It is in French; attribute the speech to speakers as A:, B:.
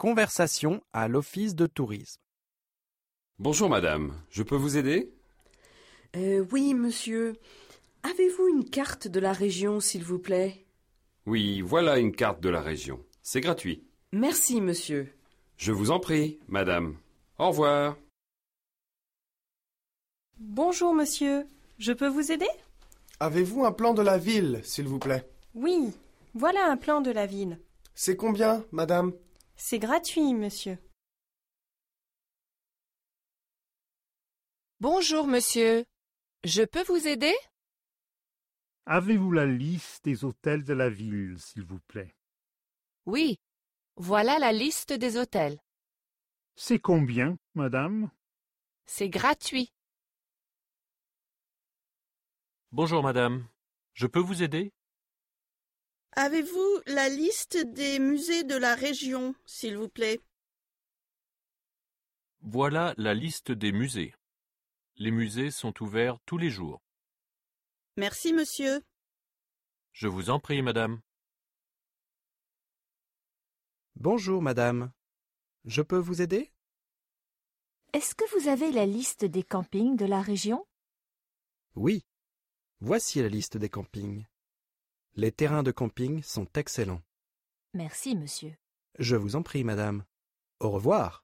A: conversation à l'Office de tourisme.
B: Bonjour madame, je peux vous aider
C: Euh, oui, monsieur. Avez-vous une carte de la région, s'il vous plaît
B: Oui, voilà une carte de la région. C'est gratuit.
C: Merci, monsieur.
B: Je vous en prie, madame. Au revoir.
D: Bonjour monsieur, je peux vous aider
E: Avez-vous un plan de la ville, s'il vous plaît
D: Oui, voilà un plan de la ville.
E: C'est combien, madame
D: C'est gratuit monsieur.
F: Bonjour, monsieur. Je peux vous aider
G: Avez-vous la liste des hôtels de la ville, s'il vous plaît
F: Oui. Voilà la liste des hôtels.
G: C'est combien, madame
F: C'est gratuit.
H: Bonjour madame, je peux vous aider
I: Avez-vous la liste des musées de la région, s'il vous plaît
H: Voilà la liste des musées. Les musées sont ouverts tous les jours.
I: Merci, monsieur.
H: Je vous en prie madame.
A: Bonjour madame. Je peux vous aider
J: Est-ce que vous avez la liste des campings de la région
A: Oui. Voici la liste des campings. Les terrains de camping sont excellents.
J: Merci, monsieur.
A: Je vous en prie, madame. Au revoir.